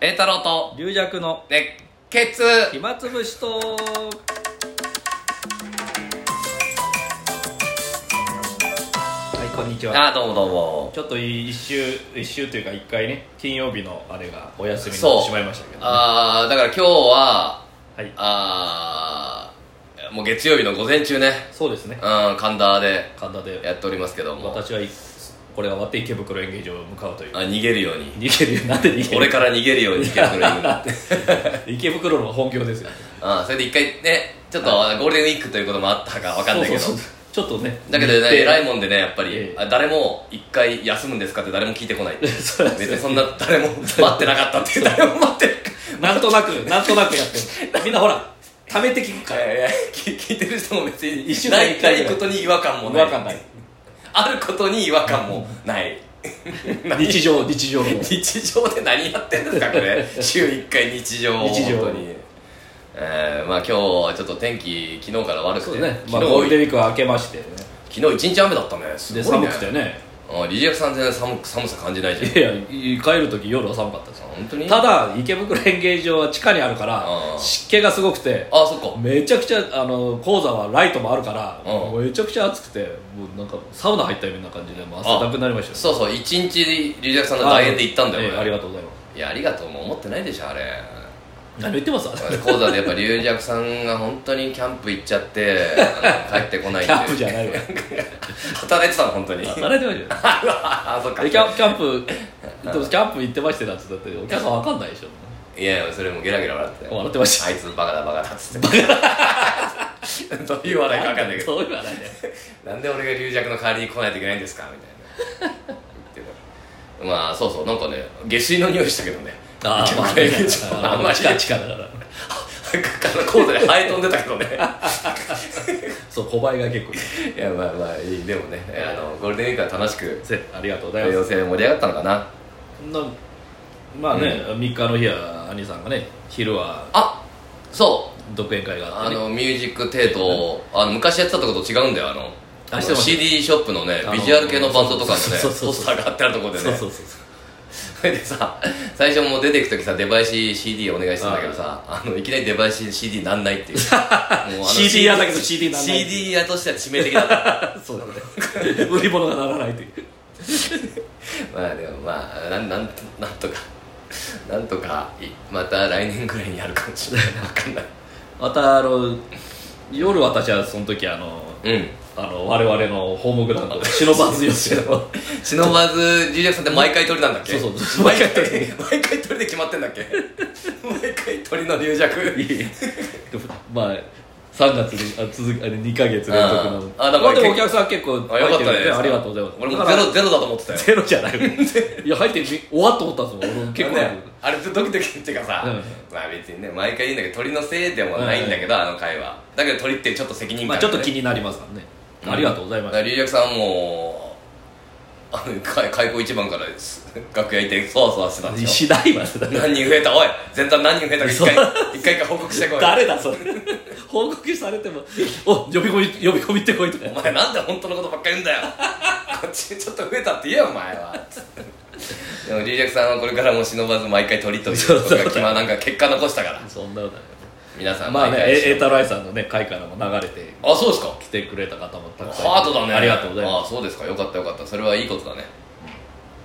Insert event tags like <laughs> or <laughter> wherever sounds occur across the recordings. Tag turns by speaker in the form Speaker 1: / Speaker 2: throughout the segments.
Speaker 1: 栄太郎と
Speaker 2: 龍弱の
Speaker 1: 熱血
Speaker 2: 暇つぶしとはいこんにちは
Speaker 1: あどうもどうも
Speaker 2: ちょっと一週一週というか一回ね金曜日のあれがお休みになっ
Speaker 1: そう
Speaker 2: てしまいましたけど、ね、は
Speaker 1: あーだから今日はいあーもう月曜日の午前中ね
Speaker 2: そうですね
Speaker 1: うん神田で
Speaker 2: 神田で
Speaker 1: やっておりますけども
Speaker 2: 私はいこれが終わって池袋演芸場へ向かうという
Speaker 1: あ逃げるように
Speaker 2: 逃げるよなんで逃げる
Speaker 1: 俺から逃げるように池袋に行く <laughs> の
Speaker 2: <laughs> 池袋の本業ですよ
Speaker 1: あそれで一回ねちょっとゴールデンウィークということもあったか分かんないけど
Speaker 2: そうそうそうちょっとね
Speaker 1: だけど
Speaker 2: 日
Speaker 1: ね
Speaker 2: 程
Speaker 1: 偉いもんでねやっぱり、
Speaker 2: ええ
Speaker 1: あ誰も一回休むんですかって誰も聞いてこない <laughs> 別
Speaker 2: <laughs> そうなんですよ
Speaker 1: にそんな誰も待ってなかったっていう誰も待ってなかった
Speaker 2: <laughs> なんとなくなんとなくやってるみんなほらためて聞く
Speaker 1: い
Speaker 2: から
Speaker 1: やいや聞聞いてる人も別に
Speaker 2: 一週間
Speaker 1: ない
Speaker 2: 一回ぐらい
Speaker 1: ないことに違和感も
Speaker 2: 分
Speaker 1: ない
Speaker 2: かんない
Speaker 1: あることに違和感もない
Speaker 2: 日常日常の
Speaker 1: 日常で何やってんですかこ
Speaker 2: <laughs>
Speaker 1: れ週1回日常を
Speaker 2: 日常
Speaker 1: 本当にえー、まあ今日はちょっと天気昨日から悪
Speaker 2: そ
Speaker 1: くて、
Speaker 2: うね、まあ、
Speaker 1: 昨
Speaker 2: ゴール
Speaker 1: 日
Speaker 2: デンウィークは明けまして、ね、
Speaker 1: 昨日一日雨だったねす
Speaker 2: で
Speaker 1: ごいね
Speaker 2: 寒くてね
Speaker 1: あリジアクさん全然寒く寒さ感じないじゃん
Speaker 2: いやい帰る時夜は寒かったですよ
Speaker 1: 本当に
Speaker 2: ただ池袋演芸場は地下にあるから
Speaker 1: あー
Speaker 2: 湿気がすごくて
Speaker 1: あそっか
Speaker 2: めちゃくちゃあの講座はライトもあるから
Speaker 1: うん
Speaker 2: もうめちゃくちゃ暑くてもうなんかサウナ入ったような感じでもう汗だくになりましたよ
Speaker 1: そうそう一日リジアクさんの代演で行ったんだよ、
Speaker 2: ええあ
Speaker 1: 俺
Speaker 2: りがとうございます
Speaker 1: いやありがとうも思ってないでしょあれ
Speaker 2: 何言ってますあれ
Speaker 1: 講座でやっぱ龍尺さんが本当にキャンプ行っちゃってあの帰ってこない
Speaker 2: キャンプじゃないい <laughs> わ
Speaker 1: 働いてたの本当に
Speaker 2: 働いてました
Speaker 1: <laughs>
Speaker 2: よ
Speaker 1: あそっか
Speaker 2: えキャンキャンプ行ってますキャンプ行ってましてなんつったってお客さんわかんないでしょ
Speaker 1: いやいやそれもゲラゲラ笑ってたよ
Speaker 2: 笑ってました
Speaker 1: あいつバカだバカだっつって <laughs> どういう笑いか分かんないけど
Speaker 2: そういう話ね
Speaker 1: なんで俺が龍尺の代わりに来ないといけないんですかみたいな言ってたまあそうそうなんかね下水の匂いしたけどね <laughs>
Speaker 2: あーまあ
Speaker 1: 池袋駅長あんまり
Speaker 2: 地下地下だから
Speaker 1: 講座でハエ飛んでたけどね
Speaker 2: そう小林が結構いる
Speaker 1: いやまあまあいいでもねあのゴールデンウィークは楽しく
Speaker 2: せありがとうございま
Speaker 1: 要
Speaker 2: す
Speaker 1: 請盛り上がったのかな
Speaker 2: そんなまあね、3日の日は兄さんがね昼は
Speaker 1: あそう
Speaker 2: 独演会があ
Speaker 1: あ
Speaker 2: って、ね、
Speaker 1: のミュージックテートをあの昔やってたとこと違うんだよあの
Speaker 2: あしてました
Speaker 1: CD ショップのね
Speaker 2: あの
Speaker 1: ビジュアル系のバンドとかのね
Speaker 2: そうそうそうそう
Speaker 1: ポスターが貼ってあるとこで
Speaker 2: そう
Speaker 1: ね
Speaker 2: そうそうそう
Speaker 1: <laughs> それでさ最初もう出ていく時さデバイシ CD お願いしたんだけどさあのいきなりデバイシ CD なんないって
Speaker 2: <laughs>
Speaker 1: いうもうあの
Speaker 2: CD 屋だけど CD なんないっていう
Speaker 1: CD 屋としては致命的だった <laughs>
Speaker 2: そうだね売り物がならないという
Speaker 1: まあでもまあなんなんとなんとかなんとかいまた来年ぐらいにやるかもしれないわかんない
Speaker 2: またあの夜私はその時あの
Speaker 1: うん
Speaker 2: あの我々のホームグラウンドで忍ばず寄せの
Speaker 1: 忍ばず龍尺さんって毎回鳥なんだっけ
Speaker 2: そう
Speaker 1: <laughs>
Speaker 2: そう
Speaker 1: 毎回
Speaker 2: 毎回
Speaker 1: 鳥毎回鳥で決まってんだっけ <laughs> 毎回鳥の龍尺
Speaker 2: いえいえでも <laughs> まあ3月にあ続くあれ2か月連続なの
Speaker 1: ああだから
Speaker 2: までもお客さん結構
Speaker 1: あよかった
Speaker 2: 入てるん
Speaker 1: ね
Speaker 2: でありがとうございます
Speaker 1: 俺も
Speaker 2: だ
Speaker 1: ゼ
Speaker 2: から
Speaker 1: ロゼロだと思ってたよ
Speaker 2: ゼロじゃないいや入ってみ終わっと思ったんですもん俺結構
Speaker 1: ねあれってドキドキっていうかさ、
Speaker 2: うん
Speaker 1: まあ別にね毎回言うんだけど鳥のせいでもないんだけど、あの回はだけど鳥ってちょっと責任
Speaker 2: ま
Speaker 1: 感が
Speaker 2: あち
Speaker 1: ね、
Speaker 2: ょっと気になりますからね、
Speaker 1: うん
Speaker 2: ありがとうございま
Speaker 1: だか
Speaker 2: した
Speaker 1: ら龍尺さんはもうあの開開口一番からです楽屋行ってそわそわしてたんですよ
Speaker 2: しないわ
Speaker 1: <laughs>
Speaker 2: ねだから
Speaker 1: 何人増えたおい全体何人増えたか一回一回か報告してこい
Speaker 2: 誰だそれ報告されても「お呼び込み呼び込みってこい」とか
Speaker 1: お前なんで本当のことばっかり言うんだよこっちちょっと増えたって言えよお前はでもリージャクさんはこれからも忍ばず毎回取りという
Speaker 2: そうそう
Speaker 1: 僕が決まなんか結果残したから
Speaker 2: そんなことない
Speaker 1: 皆さん
Speaker 2: まあ
Speaker 1: 毎
Speaker 2: ね
Speaker 1: 回
Speaker 2: え瑛太郎愛さんのね会からも流れて
Speaker 1: あそうですか
Speaker 2: 来てくれた方もたくさん
Speaker 1: ハードだね
Speaker 2: ありがとうございま
Speaker 1: あそうですかよかったよかったそれはいいことだね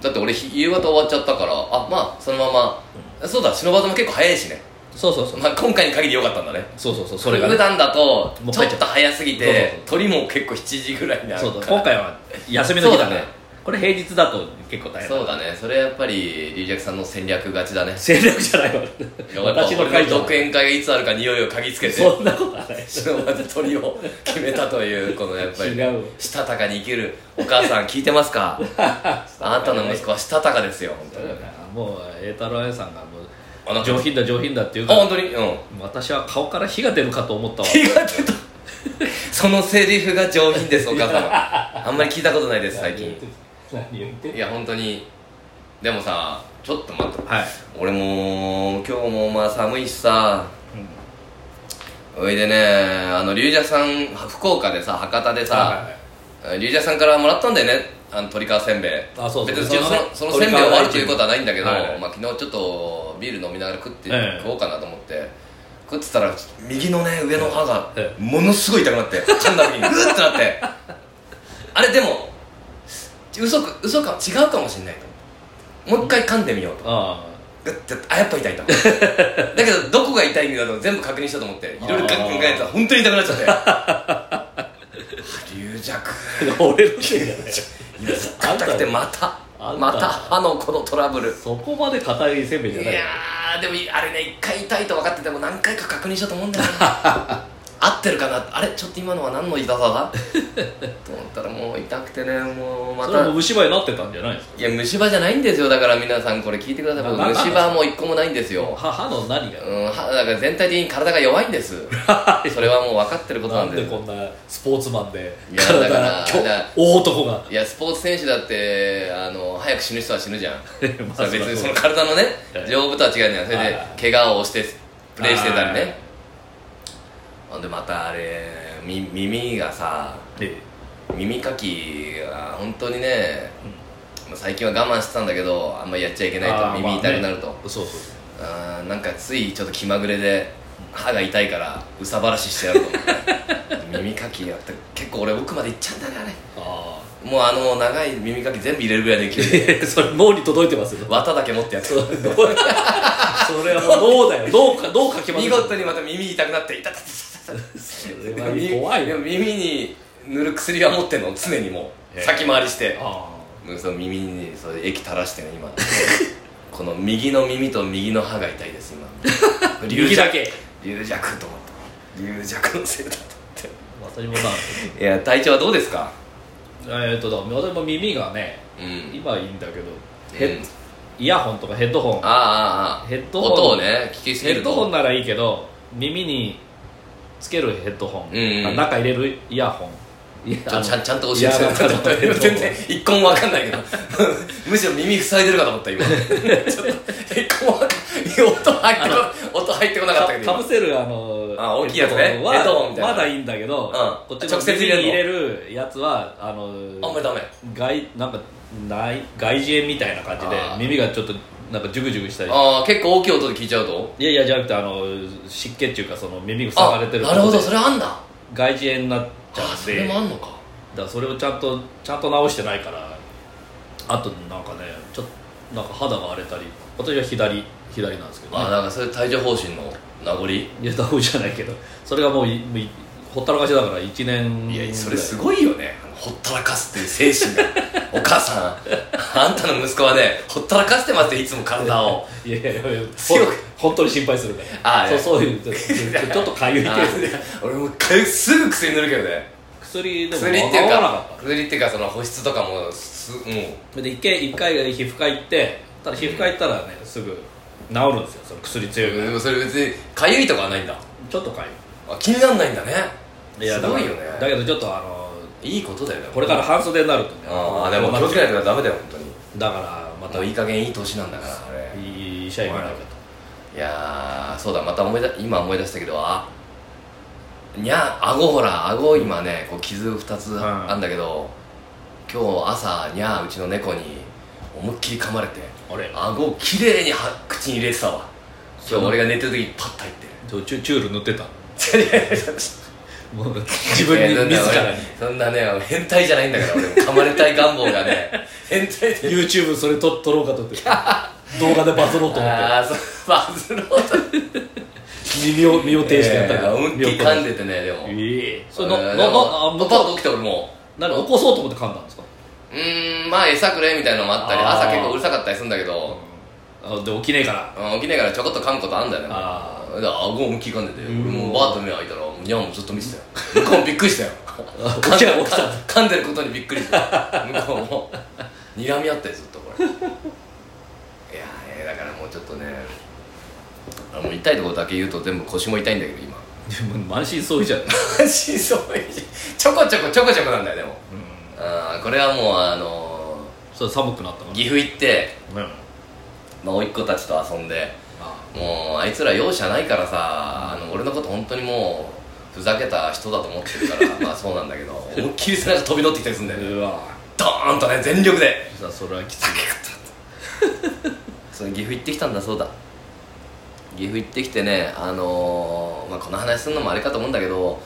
Speaker 1: だって俺ひ夕方終わっちゃったからあまあそのまま、そうだ忍ばずも結構早いしね、
Speaker 2: すそうそうそう
Speaker 1: まあ、今回に限りよかったんだね
Speaker 2: そうそうそうそれが、
Speaker 1: 普
Speaker 2: ね、
Speaker 1: 段だと
Speaker 2: もう
Speaker 1: ちょ
Speaker 2: 帰っ
Speaker 1: っ
Speaker 2: ちゃう
Speaker 1: と早すぎ
Speaker 2: そうそう
Speaker 1: て鳥も結構7時ぐらいにな
Speaker 2: そ
Speaker 1: る
Speaker 2: うそう
Speaker 1: から
Speaker 2: 今回は休みの日だ
Speaker 1: そう
Speaker 2: か
Speaker 1: だ
Speaker 2: ら
Speaker 1: ね
Speaker 2: これ平日だと結構大変
Speaker 1: そうだねそれやっぱりリージャクさんの戦略勝ちだね
Speaker 2: 戦略じゃないわ私の
Speaker 1: 会
Speaker 2: 会
Speaker 1: 独
Speaker 2: 場
Speaker 1: 演会がいつあるか匂いを嗅ぎつけて
Speaker 2: そんなことはない
Speaker 1: 忍ばず鳥を決めたというこのやっぱ
Speaker 2: <laughs>
Speaker 1: り
Speaker 2: 違う
Speaker 1: したたかに生きるお母さん聞いてますかあなたの息子はしたたかですよ本当に
Speaker 2: もう瑛太郎愛さんがもう
Speaker 1: あなんか
Speaker 2: 上品だ上品だっていう
Speaker 1: あ
Speaker 2: から
Speaker 1: 本当にうん
Speaker 2: 私は顔から火が出るかと思 <laughs> ったわ
Speaker 1: 気が出たそのセリフが上品ですお母様あんまり聞いたことないです最近
Speaker 2: 何言って
Speaker 1: いや本当にでもさちょっと待って
Speaker 2: はい、
Speaker 1: 俺も今日もまあ寒いしさおいでねあの龍蛇さん福岡でさ博多でさ、
Speaker 2: さあ
Speaker 1: リュウジャさんからもらったんだよねあの鳥皮せんべい
Speaker 2: あそうそう
Speaker 1: 別にその
Speaker 2: うち
Speaker 1: そのその
Speaker 2: のね
Speaker 1: せんべいを
Speaker 2: 鳥皮
Speaker 1: 悪いということはないんだけど、
Speaker 2: はい
Speaker 1: まあ、昨日ちょっとビール飲みながら食って、
Speaker 2: ええ
Speaker 1: 食おうかなと思って食ってたら右のね上の歯が
Speaker 2: え
Speaker 1: ものすごい痛くなって噛んだ時にうーってなってあれでも嘘く嘘か違うかもしれないともう一回噛んでみようと
Speaker 2: あ
Speaker 1: グッてやってあやっぱ痛
Speaker 2: <laughs>
Speaker 1: いとだけどどこが痛いんだと全部確認したと思っていろいろ考えたら本当に痛くなっちゃってあ
Speaker 2: <laughs>
Speaker 1: 龍弱
Speaker 2: あ俺のせいじゃない
Speaker 1: 今ずっと硬くてまた
Speaker 2: あんた
Speaker 1: また歯のこのトラブル
Speaker 2: そこまで硬いせんべい
Speaker 1: い
Speaker 2: じ
Speaker 1: や
Speaker 2: ゃない
Speaker 1: ーでもあれね一回痛いと分かってても何回か確認したと思うんだ
Speaker 2: <laughs>
Speaker 1: よね合ってるかなあれちょっと今のは何の痛さだと思ったらもう痛くてねもうま
Speaker 2: それは
Speaker 1: た
Speaker 2: もう虫歯になってたんじゃないですか
Speaker 1: いや虫歯じゃないんですよだから皆さんこれ聞いてください僕
Speaker 2: なな
Speaker 1: 虫歯も一個もないんですよ
Speaker 2: 歯歯の何が
Speaker 1: うん、はだから全体的に体が弱いんですそれはもう分かってることな
Speaker 2: なんん
Speaker 1: で
Speaker 2: でこんなスポーツマンで
Speaker 1: いやだ
Speaker 2: 体
Speaker 1: か
Speaker 2: が
Speaker 1: ら
Speaker 2: 今
Speaker 1: だから
Speaker 2: 日大男
Speaker 1: <laughs>
Speaker 2: が
Speaker 1: いやスポーツ選手だってあの早く死ぬ人は死ぬじゃん
Speaker 2: まあ
Speaker 1: それは別に
Speaker 2: そ
Speaker 1: そうの体のね
Speaker 2: はい
Speaker 1: 丈夫とは違うじゃんそれ
Speaker 2: はい
Speaker 1: で
Speaker 2: はい
Speaker 1: 怪我をしてプレーしてたり
Speaker 2: はい
Speaker 1: ねほんでまたあれみ耳がさ
Speaker 2: え
Speaker 1: 耳かきが本当にね、まあ最近は我慢してたんだけどあんまりやっちゃいけ
Speaker 2: え
Speaker 1: ない
Speaker 2: あ
Speaker 1: と
Speaker 2: ー
Speaker 1: 耳痛くなると、
Speaker 2: まあねそうそう
Speaker 1: あーなんかついちょっと気まぐれで歯が痛いからうさばらししてやると思って <laughs> 耳かきやって結構俺奥まで行っちゃうんだねあれ
Speaker 2: あ
Speaker 1: もうあの長い耳かき全部入れるぐらいできる
Speaker 2: あそれ脳に届いてますよ
Speaker 1: 綿だけ持ってやって
Speaker 2: それはもう脳だよ脳か脳かきま
Speaker 1: 見
Speaker 2: す
Speaker 1: 事にまた耳痛くなっていたたたたたた
Speaker 2: それ
Speaker 1: た
Speaker 2: は怖い
Speaker 1: で
Speaker 2: よ
Speaker 1: も耳に塗る薬は持ってんの常にもう
Speaker 2: ええ
Speaker 1: 先回りして
Speaker 2: あ
Speaker 1: うんその耳にそれ液垂らしてね今この右の耳と右の歯が痛いです今
Speaker 2: <laughs> 右だけ
Speaker 1: 龍弱と思った龍弱のせいだと思って
Speaker 2: あ私もなん
Speaker 1: いや体調はどうですか
Speaker 2: えっとだから私も耳がね
Speaker 1: うん
Speaker 2: 今はいいんだけどヘ
Speaker 1: え
Speaker 2: ッイヤホンとかヘッドホン
Speaker 1: ああああ
Speaker 2: ヘッドホン
Speaker 1: 音をね聞きす
Speaker 2: ヘ
Speaker 1: ぎる
Speaker 2: ッ
Speaker 1: と
Speaker 2: ドホンならいいけど耳につけるヘッドホン、
Speaker 1: うんうん
Speaker 2: あ中入れるイヤホンいや
Speaker 1: ちょちゃんちゃんと
Speaker 2: い
Speaker 1: 教
Speaker 2: や
Speaker 1: えて
Speaker 2: 中のヘッド
Speaker 1: くれ
Speaker 2: ホン
Speaker 1: 全然一個も分かんないけどむしろ耳塞いでるかと思った今
Speaker 2: <laughs>
Speaker 1: ちょっと一個も分かんない音入ってこ音入ってこなかったけど
Speaker 2: か
Speaker 1: 今
Speaker 2: ぶせるあの
Speaker 1: あ大きいやつね
Speaker 2: ヘッドホンは
Speaker 1: ヘッドホンみたいな
Speaker 2: まだいいんだけど、
Speaker 1: ん
Speaker 2: こっちの
Speaker 1: 直接入
Speaker 2: 耳
Speaker 1: れるの
Speaker 2: に入れるやつはあの
Speaker 1: あんまりダメ
Speaker 2: 外なんかない外耳炎みたいな感じで
Speaker 1: あー
Speaker 2: 耳がちょっとなんかジュグジュグしたり
Speaker 1: ああ結構大きい音で聞いちゃうと
Speaker 2: いやいやじゃなくてあの湿気っていうかその耳塞が
Speaker 1: あ
Speaker 2: れてる
Speaker 1: なるほど
Speaker 2: こと
Speaker 1: そ
Speaker 2: で
Speaker 1: れあんだ
Speaker 2: 外耳炎になっちゃ
Speaker 1: あ
Speaker 2: うん
Speaker 1: そ
Speaker 2: で
Speaker 1: れもあんのか
Speaker 2: だからそれをちゃんとちゃんと直してないからあとなんかねちょっとなんか肌が荒れたり私は左左なんですけど、ね
Speaker 1: あ、なんかそれ帯状疱疹の名残い
Speaker 2: いやダウじゃないけどそれがもういもういほったらかしだから1年
Speaker 1: やそれす
Speaker 2: ごい
Speaker 1: ごいよねあのほったらかすっていう精神
Speaker 2: <laughs>
Speaker 1: がお母さんあんたの息子はねほったらかしてますっていつも体を
Speaker 2: いやいやいやいや
Speaker 1: 強く
Speaker 2: ほん本当に心配するから
Speaker 1: あい
Speaker 2: そう
Speaker 1: や
Speaker 2: そういう
Speaker 1: <laughs>
Speaker 2: ちょっとちょっとかゆい
Speaker 1: あ
Speaker 2: 程度で
Speaker 1: ー俺もうかゆすぐ薬塗るけどね
Speaker 2: 薬でも
Speaker 1: 薬っていう
Speaker 2: 合わ
Speaker 1: か
Speaker 2: なかっ
Speaker 1: 薬っていうかその保湿とかもすもう
Speaker 2: たで一回一回皮膚科行ってただ皮膚科行ったらねすぐ治るんですよその薬強いか
Speaker 1: で
Speaker 2: ら
Speaker 1: もそれ別にかゆいとかはないんだ
Speaker 2: ちょっとか
Speaker 1: あ気にならないんだね
Speaker 2: ゆいいや
Speaker 1: すごいよね
Speaker 2: だからだけどちょっとあの
Speaker 1: いいことだよね
Speaker 2: これから半袖になるとね
Speaker 1: ああでも気をつけないとダメだよ本当に
Speaker 2: だからま
Speaker 1: も
Speaker 2: た
Speaker 1: う
Speaker 2: い
Speaker 1: いい加減いい年なんだからあれ
Speaker 2: い医者行かなきゃ
Speaker 1: いやーそうだまた思い出今思い出したけどあにゃ顎ほら顎今ねこう傷2つ
Speaker 2: はい
Speaker 1: あんだけど、今日朝にゃうちの猫に思いっきり噛まれて
Speaker 2: とあれ
Speaker 1: 顎をきれいには口に入れてたわ今日俺が寝てる時にパッと入って
Speaker 2: ちょチュチュール塗
Speaker 1: <laughs>
Speaker 2: ってた
Speaker 1: 自
Speaker 2: もう自分に自らに
Speaker 1: そんなね変態じゃないんだから俺も噛まれたい願望がね
Speaker 2: <laughs>
Speaker 1: 変態で
Speaker 2: YouTube それ撮撮ろうかと思って動画でバズろう
Speaker 1: <laughs>
Speaker 2: と思って
Speaker 1: ああそうバズろうと
Speaker 2: 身を身を挺してやったから
Speaker 1: 思いっきり噛んでてねでも
Speaker 2: ええそれ
Speaker 1: え
Speaker 2: なな
Speaker 1: ー
Speaker 2: な
Speaker 1: で
Speaker 2: あ
Speaker 1: も
Speaker 2: 向
Speaker 1: パッ
Speaker 2: こ
Speaker 1: と起きて俺も
Speaker 2: うなに起こそうと思って噛んだんですか
Speaker 1: うーんまあ餌くれみたいなのもあったり
Speaker 2: あー
Speaker 1: 朝結構うるさかったりするんだけど、
Speaker 2: あで起きねえから
Speaker 1: うん、起きながらちょこっと噛むことあんだよね
Speaker 2: あ
Speaker 1: だから顎を向き込んでて俺
Speaker 2: ん
Speaker 1: もうバーッと目開いたらニャンもずっと見て
Speaker 2: <laughs>
Speaker 1: たよ向こうもびっくりしたよ
Speaker 2: 起
Speaker 1: 噛ん
Speaker 2: き
Speaker 1: で
Speaker 2: た
Speaker 1: る
Speaker 2: 起きた
Speaker 1: 噛んでることにびっくりした向こうも睨み合ったよずっとこれいやーねだからもうちょっとねあもう痛いところだけ言うと全部腰も痛いんだけど今
Speaker 2: でも満身創痍じゃん
Speaker 1: 心臓 <laughs> ちょこちょこちょこちょこなんだよでもあーこれはもうあの
Speaker 2: それ寒くなったか
Speaker 1: ー岐阜行って
Speaker 2: らね
Speaker 1: まあ甥っ子たちと遊んで
Speaker 2: あ
Speaker 1: もうあいつら容赦ないからさあの俺のこと本当にもうふざけた人だと思ってるからまあそうなんだけど思いっきり背中飛び乗ってきたりするんだよね
Speaker 2: うわ
Speaker 1: ドーンとね全力で
Speaker 2: さあそれはきつい
Speaker 1: 酒食ったって <laughs> その岐阜行ってきたんだそうだ岐阜行ってきてねあのーまあ、この話するのもあれかと思うんだけど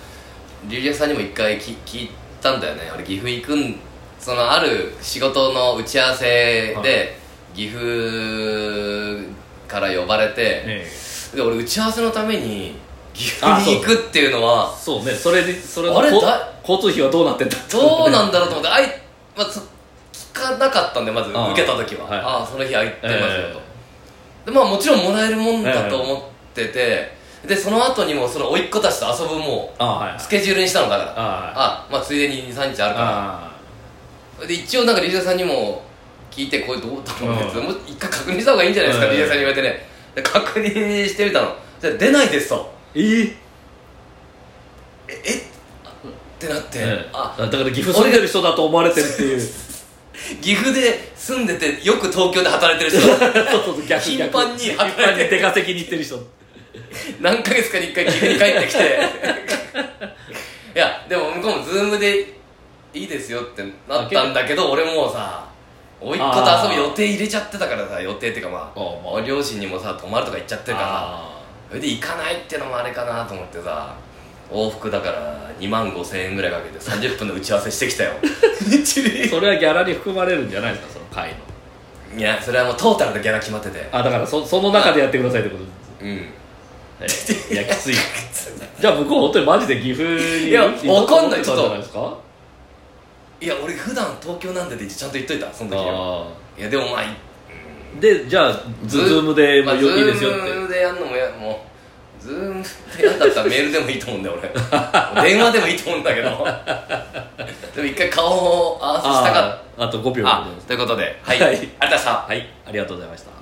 Speaker 1: 龍尺さんにも一回き聞いたんだよね俺岐阜行くんそのある仕事の打ち合わせ
Speaker 2: はい
Speaker 1: で岐阜から呼ばれて、
Speaker 2: ええ
Speaker 1: で俺打ち合わせのために岐阜
Speaker 2: あそう
Speaker 1: に行くっていうのは
Speaker 2: そうねそれでそれの
Speaker 1: あれ
Speaker 2: こ
Speaker 1: だ
Speaker 2: 交通費はどうなってんだ
Speaker 1: どうなんだ
Speaker 2: だ
Speaker 1: ろうと思ってあい、まあ、そ聞かなかったんでまず
Speaker 2: ああ
Speaker 1: 受けた時は
Speaker 2: はい
Speaker 1: ああその日空いてますよと、
Speaker 2: え
Speaker 1: でまあもちろんもらえるもんだと思ってて、でその後にもその甥っ子たちと遊ぶも
Speaker 2: あはいはいう
Speaker 1: スケジュールにしたのかなあ
Speaker 2: あ
Speaker 1: あまあついでに23日あるか
Speaker 2: あ
Speaker 1: らで一応なんかリーダーさんにも聞いてこれどうだろうねって
Speaker 2: うん
Speaker 1: もう一回確認した方がいいんじゃないですか、
Speaker 2: ええ
Speaker 1: リーダーさんに言われてねで確認してみたのじゃ出ないですと
Speaker 2: ええ
Speaker 1: ええってなって、
Speaker 2: ええ
Speaker 1: あ
Speaker 2: だから岐阜住んでる人だと思われてるっていうそう
Speaker 1: 岐阜で住んでてよく東京で働いてる人だ
Speaker 2: そうそう逆
Speaker 1: 頻繁に
Speaker 2: 逆
Speaker 1: 働いて
Speaker 2: 頻繁に出稼ぎに行ってる人
Speaker 1: 何ヶ月かに1回岐阜に帰って
Speaker 2: <laughs>
Speaker 1: きていやでも向こうもズームでいいですよってなったんだけど俺もうさ甥っ子と遊ぶ予定入れちゃってたからさ予定っていうかまあ
Speaker 2: あ
Speaker 1: お両親にもさ泊まるとか言っちゃってるからさ
Speaker 2: あ
Speaker 1: それで行かないってのもあれかなと思ってさ往復だから2万5千円ぐらいかけて30分の打ち合わせしてき
Speaker 2: <laughs>
Speaker 1: たよ一
Speaker 2: ー
Speaker 1: 輪
Speaker 2: それはギャラに含まれるんじゃないですかその会の
Speaker 1: いやそれはもうトータルでギャラ決まってて
Speaker 2: あだからそその中でやってくださいってことです
Speaker 1: うん
Speaker 2: ええい <laughs> やきついじゃあ向こう本当にマジで岐阜に
Speaker 1: いや
Speaker 2: 行こうと思ってたんじゃないですか
Speaker 1: いや俺普段東京なんでってちゃんと言っといたその時は
Speaker 2: あ
Speaker 1: いやでもまあい
Speaker 2: あでじゃあズ
Speaker 1: ズ
Speaker 2: ームでも
Speaker 1: まあ
Speaker 2: ういいですよっ
Speaker 1: ズー
Speaker 2: て
Speaker 1: ムでやるのもやもうズームでやんだったらメールでもいいと思うんだよ <laughs> 俺電話でもいいと思うんだけどでも一回顔を合わせしたかっ
Speaker 2: あああと5秒
Speaker 1: たあということではい、
Speaker 2: は
Speaker 1: はいい、ありがとうございました
Speaker 2: はいありがとうございました